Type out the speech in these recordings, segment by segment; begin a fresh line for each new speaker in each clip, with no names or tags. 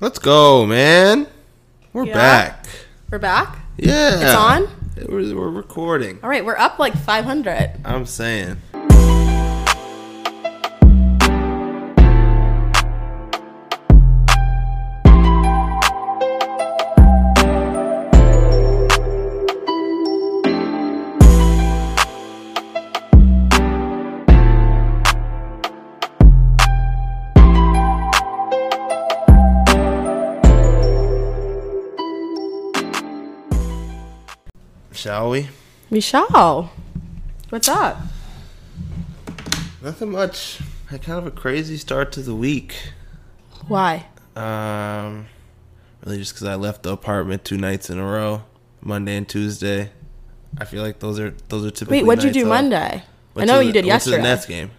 Let's go, man. We're
Yeah.
back.
We're back.
Yeah.
It's on?
We're, we're recording.
All right, we're up like 500.
I'm saying. Shall we?
We shall. What's up?
Nothing much. Had kind of a crazy start to the week.
Why?
Um, really, just because I left the apartment two nights in a row, Monday and Tuesday. I feel like those are those are typically.
Wait, what'd you do
nights uh, off.
Monday? I
Went
know
to
you
the-
did
went To the
yesterday.
Nets game.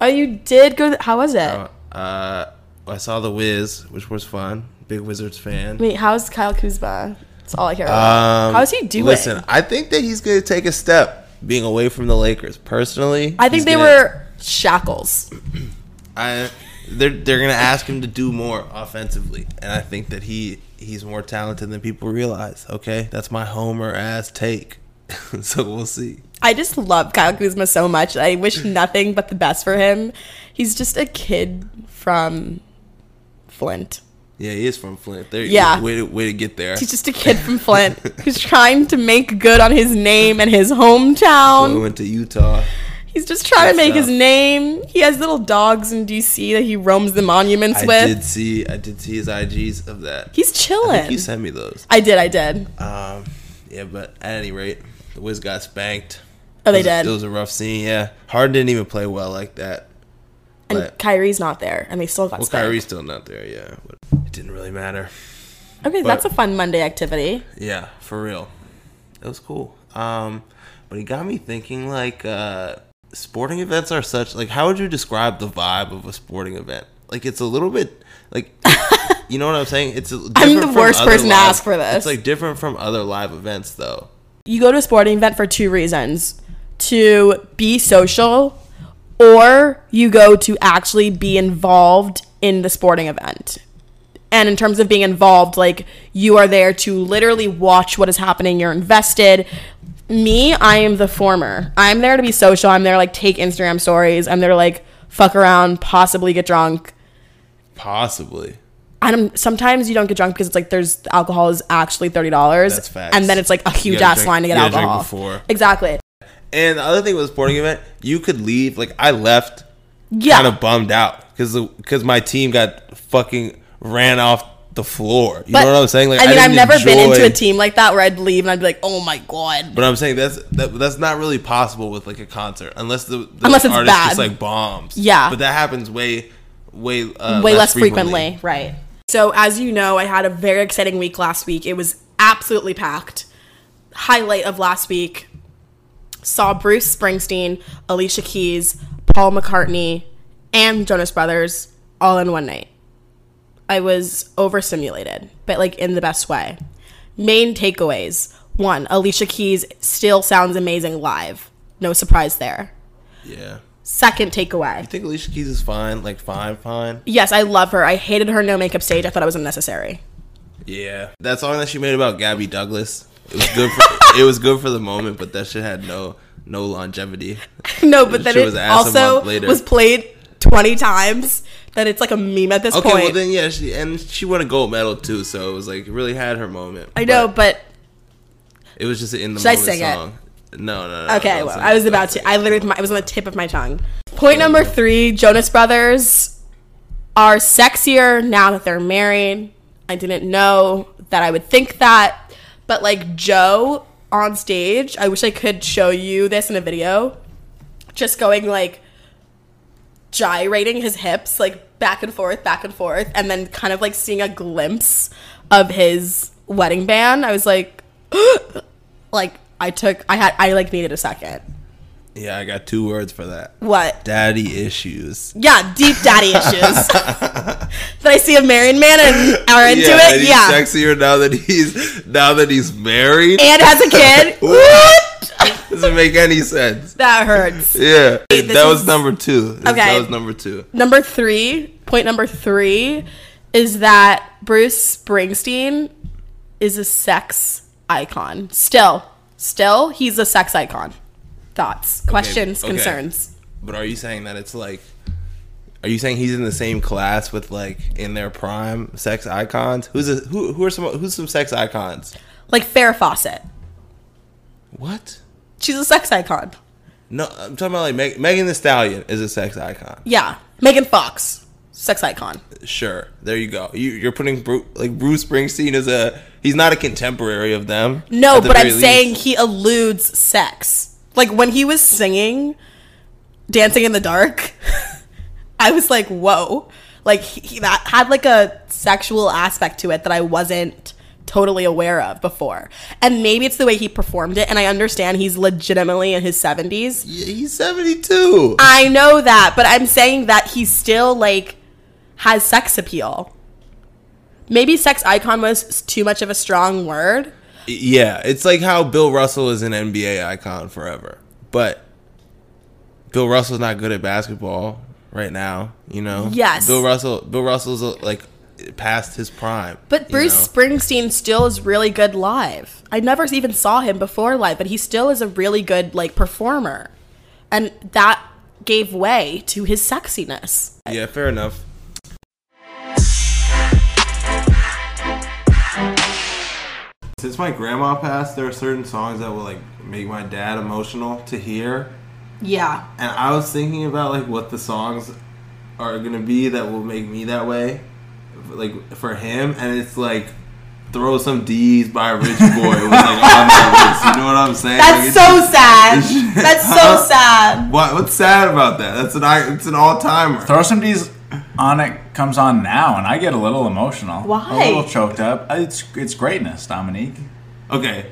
Oh, you did go. How was it?
Uh, uh, I saw the Wiz, which was fun. Big Wizards fan.
Wait, how's Kyle Kuzma? That's all I care about.
Um,
how's he doing?
Listen, I think that he's going to take a step being away from the Lakers. Personally,
I think
he's
they
gonna-
were shackles.
I they're they're gonna ask him to do more offensively, and I think that he he's more talented than people realize. Okay, that's my homer ass take. so we'll see.
I just love Kyle Kuzma so much. I wish nothing but the best for him. He's just a kid from Flint.
Yeah, he is from Flint. There,
Yeah.
way to, way to get there.
He's just a kid from Flint who's trying to make good on his name and his
we
hometown.
went to Utah.
He's just trying to
Good
make his
stuff.
name. He has little dogs in DC that he roams the monuments
I
with.
did see I did see his IGs of that.
He's
I think
chilling.
you sent me those.
I did, I did.
Um, yeah, but at any rate, the Wiz got spanked.
Oh, they
It was-
did.
It was a rough scene. Yeah, Harden didn't even play well like that.
And
but-
Kyrie's not there, and they still got
Well,
spanked.
Kyrie's still not there. Yeah, but it didn't really matter.
Okay,
but-
that's a fun Monday activity.
Yeah, for real. It was cool. Um, but it got me thinking like uh sporting events are such like how would you describe the vibe of a sporting event? Like it's a little bit like you know what I'm saying? It's a, different
the
from
worst
other
person to
live-
ask for this.
It's like different from other live events though.
you go to a sporting event for two reasons to be social or you go to actually be involved in the sporting event and in terms of being involved like you are there to literally watch what is happening you're invested me i am the former i'm there to be social i'm there to like take instagram stories i'm there to like fuck around possibly get drunk
Possibly.
and i sometimes you don't get drunk because it's like there's the alcohol is actually thirty dollars,
That's facts.
and then it's like a huge
gotta
ass
drink-
line to get
you gotta drink
alcohol.
before.
Exactly.
And the other thing with a sporting event, you could leave. Like I left
Yeah.
kind of bummed out because because my team got fucking ran off the floor. You
But-
know what I'm saying? Like
I mean,
didn't
I've never been into a
enjoy-
team like that where I'd leave and I'd be like, oh my god.
But I'm saying that's that, that's not really possible with like a concert unless the, the
Unless it's
artist
bad.
just like bombs.
Yeah.
but that happens way way uh,
Way less frequently. Right. So as you know, I had a very exciting week last week. It was absolutely packed. Highlight of last week saw Bruce Springsteen, Alicia Keys, Paul McCartney, and Jonas Brothers all in one night. I was overstimulated, but like in the best way. Main takeaways. One, Alicia Keys still sounds amazing live. No surprise there.
Yeah,
Second takeaway.
I think Alicia Keys is fine. Like fine, fine.
Yes, I love her. I hated her no makeup stage. I thought it was unnecessary.
Yeah, that song that she made about Gabby Douglas. It was good. For, it was good for the moment, but that shit had no no longevity.
no, but then
She
it
was asked a
also
month later.
was played 20 times that it's like a meme at this
Okay,
point.
well then yeah, she and she won a gold medal too, so it was like really had her moment.
I know, but,
it was just an in the
Should I
moment
sing it?
song. No, no, no.
okay,
don't
well,
sing
I was
it, don't
about
sing
to. I literally, my, it was on the tip of my tongue. Point number three Jonas Brothers are sexier now that they're married. I didn't know that I would think that, but like Joe on stage, I wish I could show you this in a video. Just going like gyrating his hips like back and forth, back and forth, and then kind of like seeing a glimpse of his wedding band. I was like, like I took, I had, I like needed a second.
Yeah, I got two words for that.
What?
Daddy issues.
Yeah, deep daddy issues. that I see a married man and are into
and
it.
he's
Yeah,
sexier now that he's now that he's married.
and has a kid. what?
Doesn't make any sense.
that hurts.
Yeah,
Wait, this
that was
is-
number two. This-
Okay.
that was number two.
Number three, point number three, is that Bruce Springsteen is a sex icon. Still, still, he's a sex icon. Thoughts, questions,
okay.
concerns.
But are you saying that it's like? Are you saying he's in the same class with like in their prime sex icons? Who's a, who? Who are some? Who's some sex icons?
Like Farrah Fawcett,
What?
she's a sex icon.
No, I'm talking about like Meg- Megan the Stallion is a sex icon.
Yeah, Megan Fox, sex icon.
Sure, there you go. You, you're putting Bru- like Bruce Springsteen as a he's not a contemporary of them.
No,
at the
but I'm
very least.
saying he eludes sex. Like when he was singing Dancing in the Dark, I was like, whoa. Like he, he- that had like a sexual aspect to it that I wasn't totally aware of before. And maybe it's the way he performed it, and I understand he's legitimately in his 70s.
Yeah, he's 72.
I know that, but I'm saying that he still like has sex appeal. Maybe sex icon was too much of a strong word.
yeah, it's like how Bill Russell is an NBA icon forever, but Bill Russell's not good at basketball right now. You know.
Yes.
Bill Russell. Bill Russell's uh, like past his prime.
But
you
Bruce
know?
Springsteen still is really good live. I never even saw him before live, but he still is a really good like performer. And that gave way to his sexiness.
Yeah, fair enough. Since my grandma passed, there are certain songs that will like make my dad emotional to hear.
Yeah.
And I was thinking about like what the songs are gonna be that will make me that way, like for him. And it's like "Throw Some D's" by Rich Boy was like on my list. You know what I'm saying? Like,
That's
it's
so
just-
sad.
it's-
That's
Huh?
so sad.
What, what's sad about that? That's an I, it's an all timer.
Throw some D's on it comes on now, and I get a little emotional.
Why?
A little choked up. It's it's greatness, Dominique.
Okay.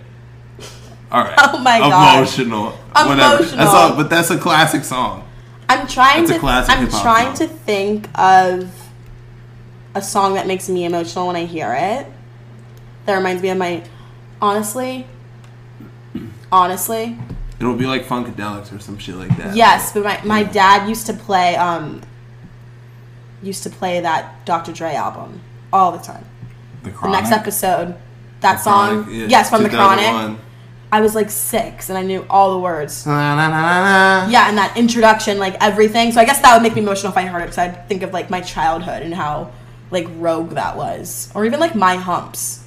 All right.
Oh my God.
Emotional. Whatever.
Emotional.
That's all. But that's a classic song.
I'm trying
It's a
to
classic
I'm
hip-hop
trying
song.
to think of a song that makes me emotional when I hear it. That reminds me of my honestly honestly
It'll be like Funkadelics or some shit like that.
Yes, but my, my dad used to play um used to play that Dr. Dre album all the time.
The
The
chronic.
next episode, that
Chronic,
song,
yeah,
yes, from the
2001.
Chronic. I was like six and I knew all the words.
Na, na, na, na, na.
Yeah, and that introduction, like everything. So I guess that would make me emotional if I heard it because I'd think of like my childhood and how like rogue that was, or even like my humps.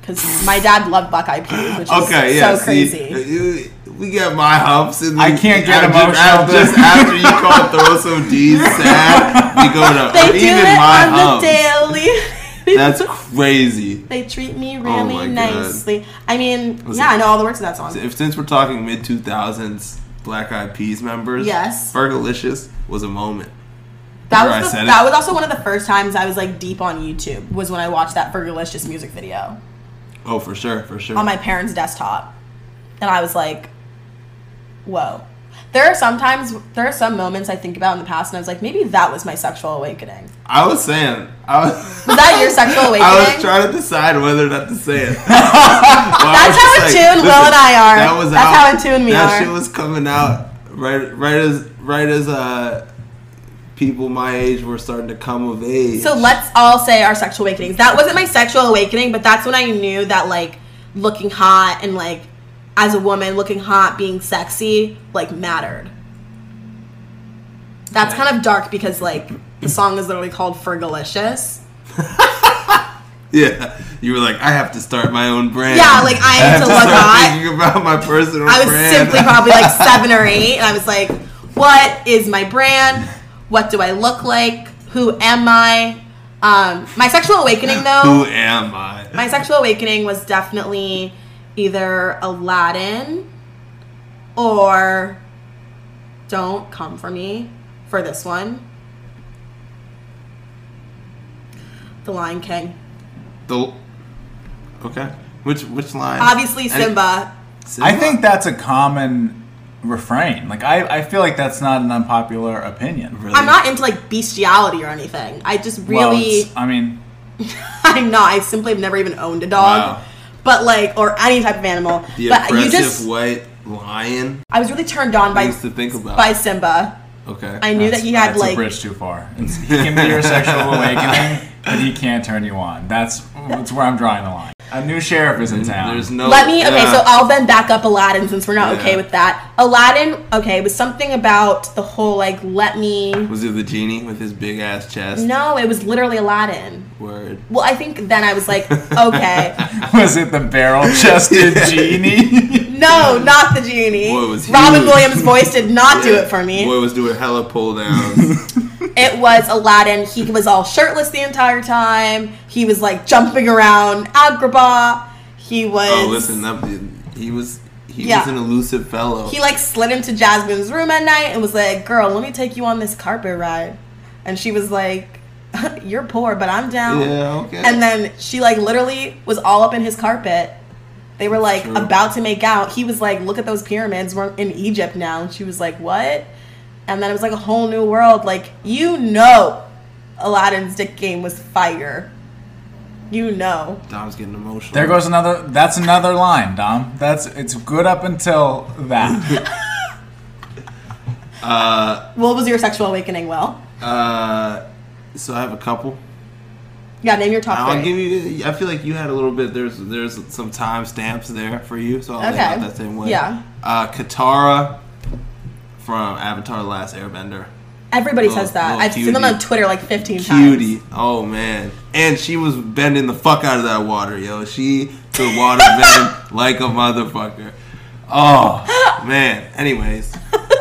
Because my dad loved Buckeye Peas, which is
Okay, yeah.
so
see, uh,
crazy.
you- we got my humps. And
I
we-
can't get
after-
emotional,
After,
but-
just after you call throw some D's sad, we go to
They do
even
it
my
on
humps.
the daily.
That's crazy.
They treat me
really
really
Oh my God.
nicely.
nicely.
I mean,
Was
yeah,
yeah, it-
I know all the words of that song.
If since we're talking mid two thousands Black Eyed Peas members,
Yes.
Fergalicious was a moment.
That
Remember I
was the,
said it?
that was also one of the first times I was like deep on YouTube was when I watched that Fergalicious music video
Oh, for sure, for sure.
on my parents' desktop, and I was like, whoa. There are sometimes there are some moments I think about in the past, and I was like, maybe that was my sexual awakening.
I was saying, I was,
Was that your sexual awakening?
I was trying to decide whether or not to say it. That's
That's how in tune Will and I are. That's how in tune we
that
are."
shit was coming out right, right as, right as uh, people my age were starting to come of age.
So let's all say our sexual awakenings. That wasn't my sexual awakening, but that's when I knew that like looking hot and like as a woman looking hot, being sexy, like mattered. That's kind of dark because like the song is literally called Fergalicious.
yeah, you were like, I have to start my own brand.
Yeah, like I have to look
start
hot.
thinking about my personal.
I was
brand.
simply probably like seven or eight, and I was like, "What is my brand? What do I look like? Who am I?" Um, my sexual awakening though.
Who am I?
My sexual awakening was definitely either Aladdin or Don't Come For Me for this one. The Lion King.
The okay, which which line?
Obviously,
And-
Simba.
Simba?
I think that's a common refrain. Like I, I feel like that's not an unpopular opinion.
Really?
I'm not into like bestiality or anything. I just
Well,
really,
it's- I mean,
I'm not. I simply have never even owned a dog,
Wow.
but like, or any type of animal.
the
but you
oppressive
just,
white lion.
I was really turned on by
Things to think about.
by Simba.
okay,
I knew that
that's-
he had
that's a
like
bridge too far. It's, he can be your sexual awakening. but he can't turn you on. That's that's where I'm drawing the line. A new sheriff is in town.
There's no.
Let me. Okay,
Oh, yeah.
so I'll then back up Aladdin since we're not
Yeah.
okay with that. Aladdin. Okay, it was something about the whole like let me.
was it the genie with his big ass chest?
No, it was literally Aladdin.
Word.
Well, I think then I was like, okay,
Was it the barrel chested genie?
no, not the genie.
Boy, it was
Robin
huge.
Williams' voice did not do it for me.
Boy was doing hella pull downs.
It was Aladdin. He was all shirtless the entire time. He was like jumping around Agrabah. He was.
oh, listen up. dude. He was. He
Yeah.
was an elusive fellow.
He like slid into Jasmine's room at night and was like, "Girl, let me take you on this carpet ride," and she was like, "You're poor, but I'm down."
yeah. Okay.
And then she like literally was all up in his carpet. They were like
True.
about to make out. He was like, "Look at those pyramids. We're in Egypt now." And she was like, "What?" And then it was like a whole new world. Like you know, Aladdin's dick game was fire. You know.
Dom's getting emotional.
There goes another. That's another line, Dom. That's it's good up until that.
What was your sexual awakening? Well,
Uh, so I have a couple.
yeah. Name your top
I'll
three.
give you. I feel like you had a little bit. There's there's some time stamps there for you, so I'll lay out
Okay.
that same way.
Yeah.
Uh, Katara from Avatar: The Last Airbender.
Everybody
Little-
says that.
little
I've seen them
Oh, cutie.
on Twitter like 15
Cutie.
times.
Oh man. And she was bending the fuck out of that water, yo. She could water bend like a motherfucker. Oh man. Anyways,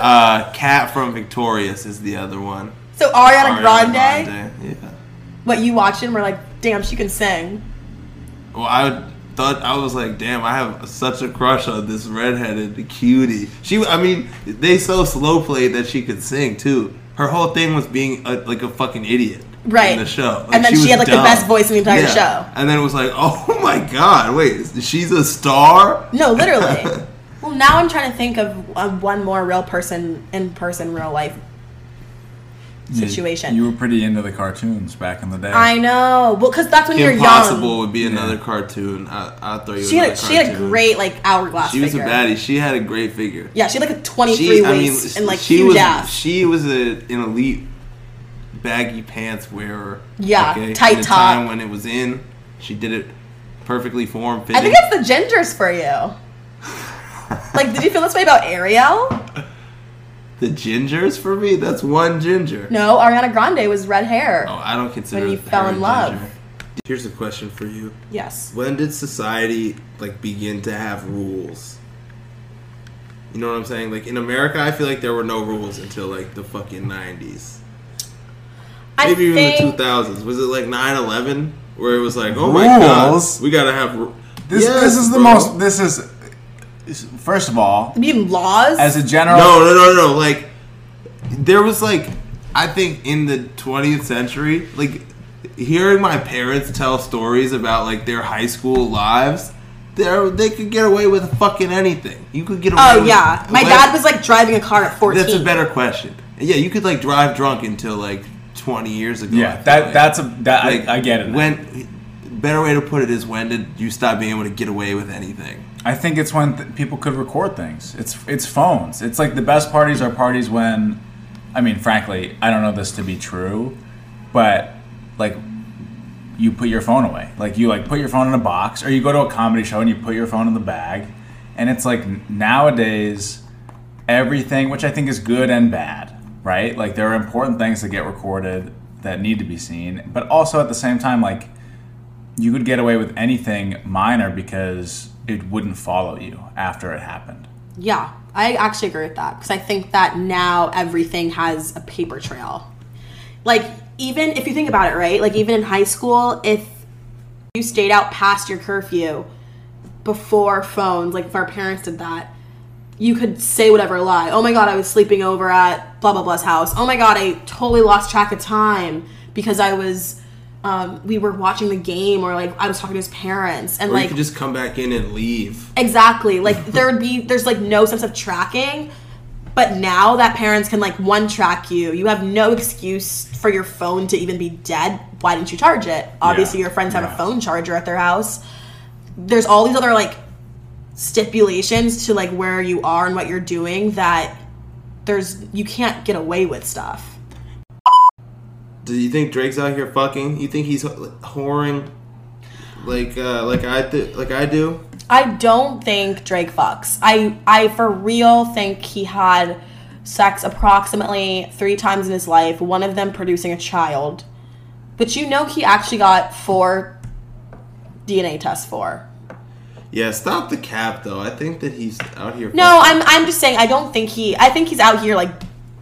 uh, Cat from Victorious is the other one.
So Ariana,
Ariana
Grande,
Grande, E. Yeah.
what you watch and we're like, damn, she can sing.
Well, I thought I was like, damn, I have such a crush on this redheaded cutie. She, I mean, they so slow played that she could sing too. Her whole thing was being a, like a fucking idiot.
Right.
In the show.
And then she
was
had, like, the best voice in the entire show.
And then it was like, oh my god, wait, she's a star?
No, literally. well, now I'm trying to think of uh, one more real person in person, real life. Situation.
You, you were pretty into the cartoons back in the day.
I know. Well, because that's when you're
Impossible
young.
would be another
Yeah.
cartoon. I, I'll throw you
She had,
another
a, she had a
cartoon.
great, like, hourglass
She was a
figure.
baddie. She had a great figure.
Yeah, she had like a 23 waist and like
she
huge
was,
ass.
She was a, an elite baggy pants wearer.
Yeah,
At
tight
the
top.
time when it was in, she did it perfectly form fitting.
I think that's the genders for you. like, did you feel this way about Ariel?
the gingers for me. That's one ginger.
No, Ariana Grande was red hair.
Oh, I don't consider.
When you
her
fell
a
in love.
ginger. Here's a question for you:
Yes.
When did society like begin to have rules? You know what I'm saying? Like in America, I feel like there were no rules until like the fucking 90s. Maybe even the 2000s. Was it like 9/11 where it was like, oh my
Rules?
god, we gotta have ru-
this
Yes,
this is the
bro.
most. This is first of all,
You mean laws?
as a general.
No, no, no, no. Like there was like, I think in the 20th century, like hearing my parents tell stories about like their high school lives, they they could get away with fucking anything. You could get away.
oh
with,
yeah, my
like-
dad was like driving a car at fourteen.
That's a better question. Yeah, you could like drive drunk until like 20 years ago. I
Yeah,
feel
that
like.
that's a that
Like,
I, I get it. now.
When better way to put it is when did you stop being able to get away with anything?
I think it's when th- people could record things. It's it's phones. It's like the best parties are parties when, I mean, frankly, I don't know this to be true, but like you put your phone away. Like you like put your phone in a box, or you go to a comedy show and you put your phone in the bag. And it's like n- nowadays, everything, which I think is good and bad, right? Like there are important things that get recorded that need to be seen, but also at the same time, like you could get away with anything minor because it wouldn't follow you after it happened.
yeah, I actually agree with that because I think that now everything has a paper trail. Like even if you think about it, right? Like even in high school, if you stayed out past your curfew before phones, like if our parents did that, you could say whatever lie. Oh my god, I was sleeping over at blah blah blah's house. Oh my god, I totally lost track of time because I was. Um, we were watching the game, or like I was talking to his parents, and
Or you
like
could just come back in and leave.
Exactly. Like there would be there's like no sense of tracking. But now that parents can like one track you, you have no excuse for your phone to even be dead. Why didn't you charge it? Obviously your friends have
Yeah.
a phone charger at their house. There's all these other like stipulations to like where you are and what you're doing that there's you can't get away with stuff.
Do you think Drake's out here fucking? You think he's like, whoring, like uh, like I th- like I do?
I don't think Drake fucks. I I for real think he had sex approximately three times in his life. One of them producing a child, which you know he actually got four DNA tests for.
Yeah, stop the cap though. I think that he's out here.
No, I'm I'm just saying I don't think he. I think he's out here like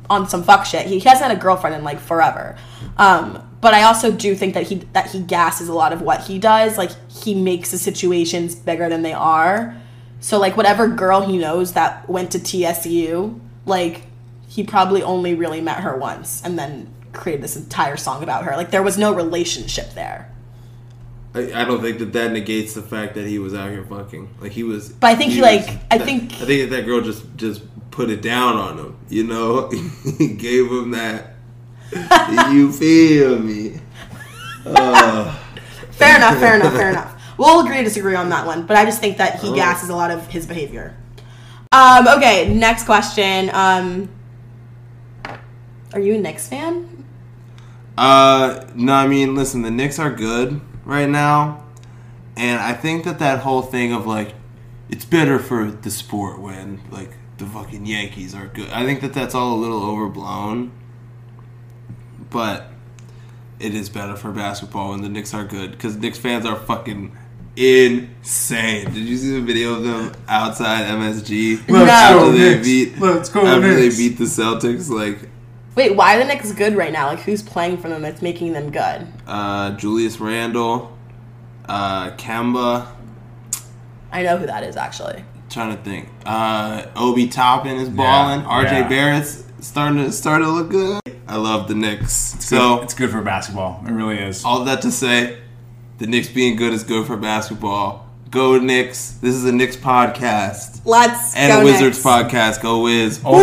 on some fuck shit. He hasn't had a girlfriend in like forever. Um, but I also do think that he that he gasses a lot of what he does. Like he makes the situations bigger than they are. So like whatever girl he knows that went to TSU, like he probably only really met her once and then created this entire song about her. Like there was no relationship there.
I, I don't think that that negates the fact that he was out here fucking. Like he was.
But I think he,
was-
like- I
that-
think-
I think that, that girl just just put it down on him. You know, he gave him that. you feel me?
Fair enough, fair enough, fair enough. We'll agree to disagree on that one, but I just think that he
Oh.
gasses a lot of his behavior. Um, okay, next question. Um, are you a Knicks fan?
Uh, no, I mean, listen, the Knicks are good right now, and I think that that whole thing of like, it's better for the sport when like the fucking Yankees are good. I think that that's all a little overblown, but it is better for basketball when the Knicks are good because Knicks fans are fucking insane. Did you see the video of them outside MSG
Let's
after
go
they
Knicks.
beat
Let's go
after
Knicks.
they beat the Celtics? Like
Wait, why are the Knicks good right now? Like, who's playing for them that's making them good?
uh, Julius Randle, uh, Kemba.
I know who that is, actually.
Trying to think. Uh, Obi Toppin is balling. RJ
yeah.
Barrett's starting to starting to look good. I love the Knicks. so
it's good for basketball. It really is.
all that to say, the Knicks being good is good for basketball. Go Knicks! This is a Knicks podcast
Let's
and
go
a Wizards
Knicks.
podcast. Go Wiz!
O-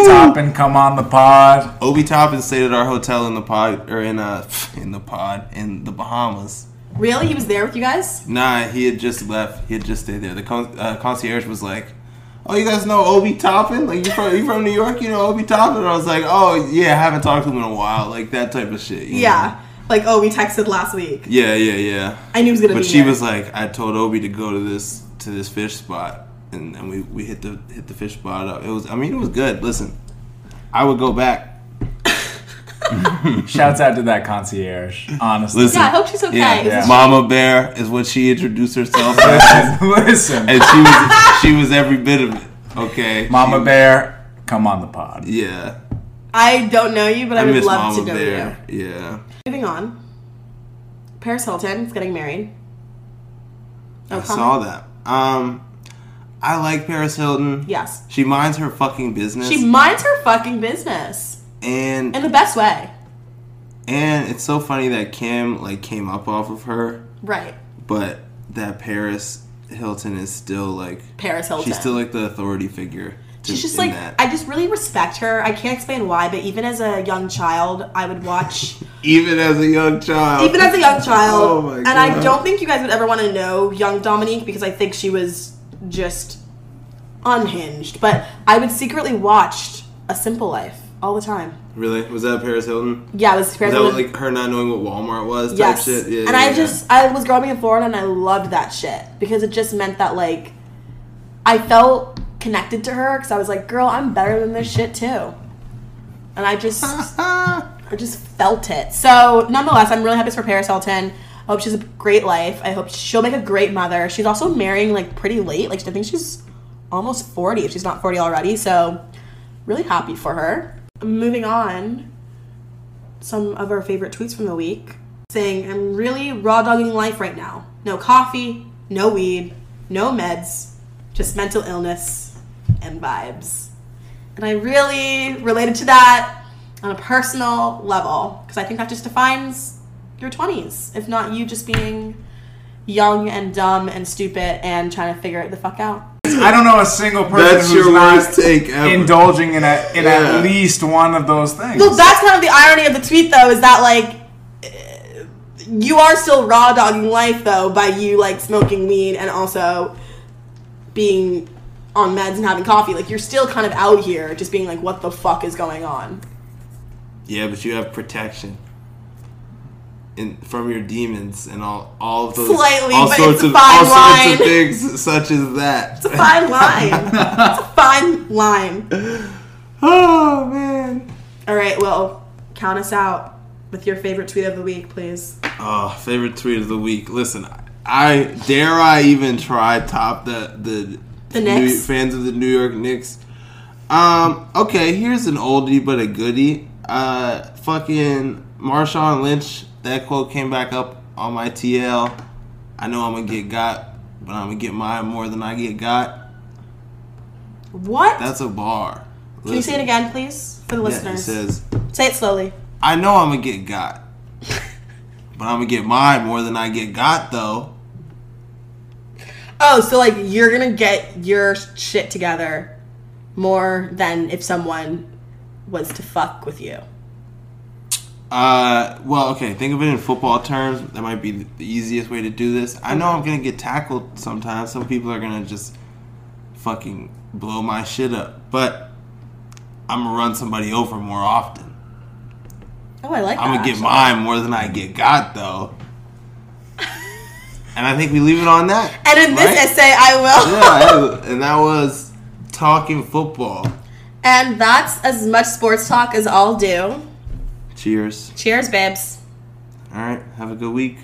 Obi Toppin, come on the pod.
Obi Toppin stayed at our hotel in the pod or in uh in the pod in the Bahamas.
Really? He was there with you guys?
Nah, he had just left. He had just stayed there. The con- uh, concierge was like, "Oh, you guys know Obi Toppin? Like, you from you from New York? You know Obi Toppin?" And I was like, "Oh yeah, I haven't talked to him in a while. Like that type of shit." you know?
Yeah. Like, oh, we texted last week.
Yeah, yeah, yeah.
I knew he was gonna
But
be
she
there.
was like, "I told Obi to go to this to this fish spot, and, and we we hit the hit the fish spot up. It was I mean it was good. Listen, I would go back.
Shouts out to that concierge. Honestly,
Listen,
Yeah, I hope she's okay.
yeah,
Is-
Mama Bear is what she introduced herself as,
listen, listen.
and she was she was every bit of it. Okay,
Mama
She-
Bear, come on the pod.
Yeah.
I don't know you, but I,
I
would
miss
love
Mama
to know
Bear. Yeah.
you. Moving on. Paris Hilton is getting married. Uh-huh. No
I
comment?
saw that. Um I like Paris Hilton.
Yes.
She minds her fucking business.
She minds her fucking business
and
in the best way.
and it's so funny that Kim like came up off of her,
Right.
but that Paris Hilton is still like
Paris Hilton.
she's still like the authority figure. to-
She's just
in
like
that.
I just really respect her. I can't explain why, but even as a young child, I would watch
even as a young child.
even as a young child.
Oh my
and I
God.
don't think you guys would ever want to know young Dominique because I think she was just unhinged. But I would secretly watch A Simple Life all the time.
Really? Was that Paris Hilton?
Yeah, it was
Was
Paris
that
Hilton.
like her not knowing what Walmart was type
yes.
shit? Yeah,
and
yeah,
I
yeah.
just I was growing up in Florida and I loved that shit because it just meant that like I felt connected to her because I was like, girl, I'm better than this shit too. And I just I just felt it. So nonetheless, I'm really happy for Paris Hilton. I hope she's a great life. I hope she'll make a great mother. She's also marrying like pretty late. Like I think she's almost 40 if she's not 40 already. So really happy for her. Moving on, some of our favorite tweets from the week saying, I'm really raw dogging life right now. No coffee, no weed, no meds, just mental illness and vibes. And I really related to that on a personal level because I think that just defines your 20s, if not you just being young and dumb and stupid and trying to figure it the fuck out.
I don't know a single person
That's
who's
your
not
worst take ever.
indulging in a, in
Yeah.
at least one of those things.
Well, that's kind of the irony of the tweet, though, is that like eh, you are still raw dogging life, though, by you like smoking weed and also being on meds and having coffee. Like you're still kind of out here, just being like, "What the fuck is going on?"
Yeah, but you have protection. in, from your demons and all all of those
Slightly,
all
but
sorts
it's a
of
fine
all
line.
sorts of things such as that.
It's a fine line. it's a fine line.
Oh man.
All right, well, count us out with your favorite tweet of the week, please.
Oh, favorite tweet of the week. Listen, I dare I even try top the the,
The
New-
Knicks?
fans of the New York Knicks. Um, okay, here's an oldie but a goodie. Uh, fucking Marshawn Lynch. That quote came back up on my TL. I know I'm gonna get got, but I'm gonna get mine more than I get got.
What?
That's a bar.
Can you say it again, please, for the
Yeah, he
listeners?
says,
say it slowly.
I know I'm gonna get got, but I'm gonna get mine more than I get got though.
Oh, so like you're gonna get your shit together more than if someone was to fuck with you.
Uh, well, okay. Think of it in football terms. That might be the easiest way to do this. I know I'm gonna get tackled sometimes. Some people are gonna just fucking blow my shit up, but I'm gonna run somebody over more often.
Oh, I like that.
I'm gonna get
actually.
mine more than I get got though. And I think we leave it on that.
And in this
right?
essay, I will.
yeah, and that was talking football.
And that's as much sports talk as I'll do.
Cheers.
Cheers, babes.
All right. Have a good week.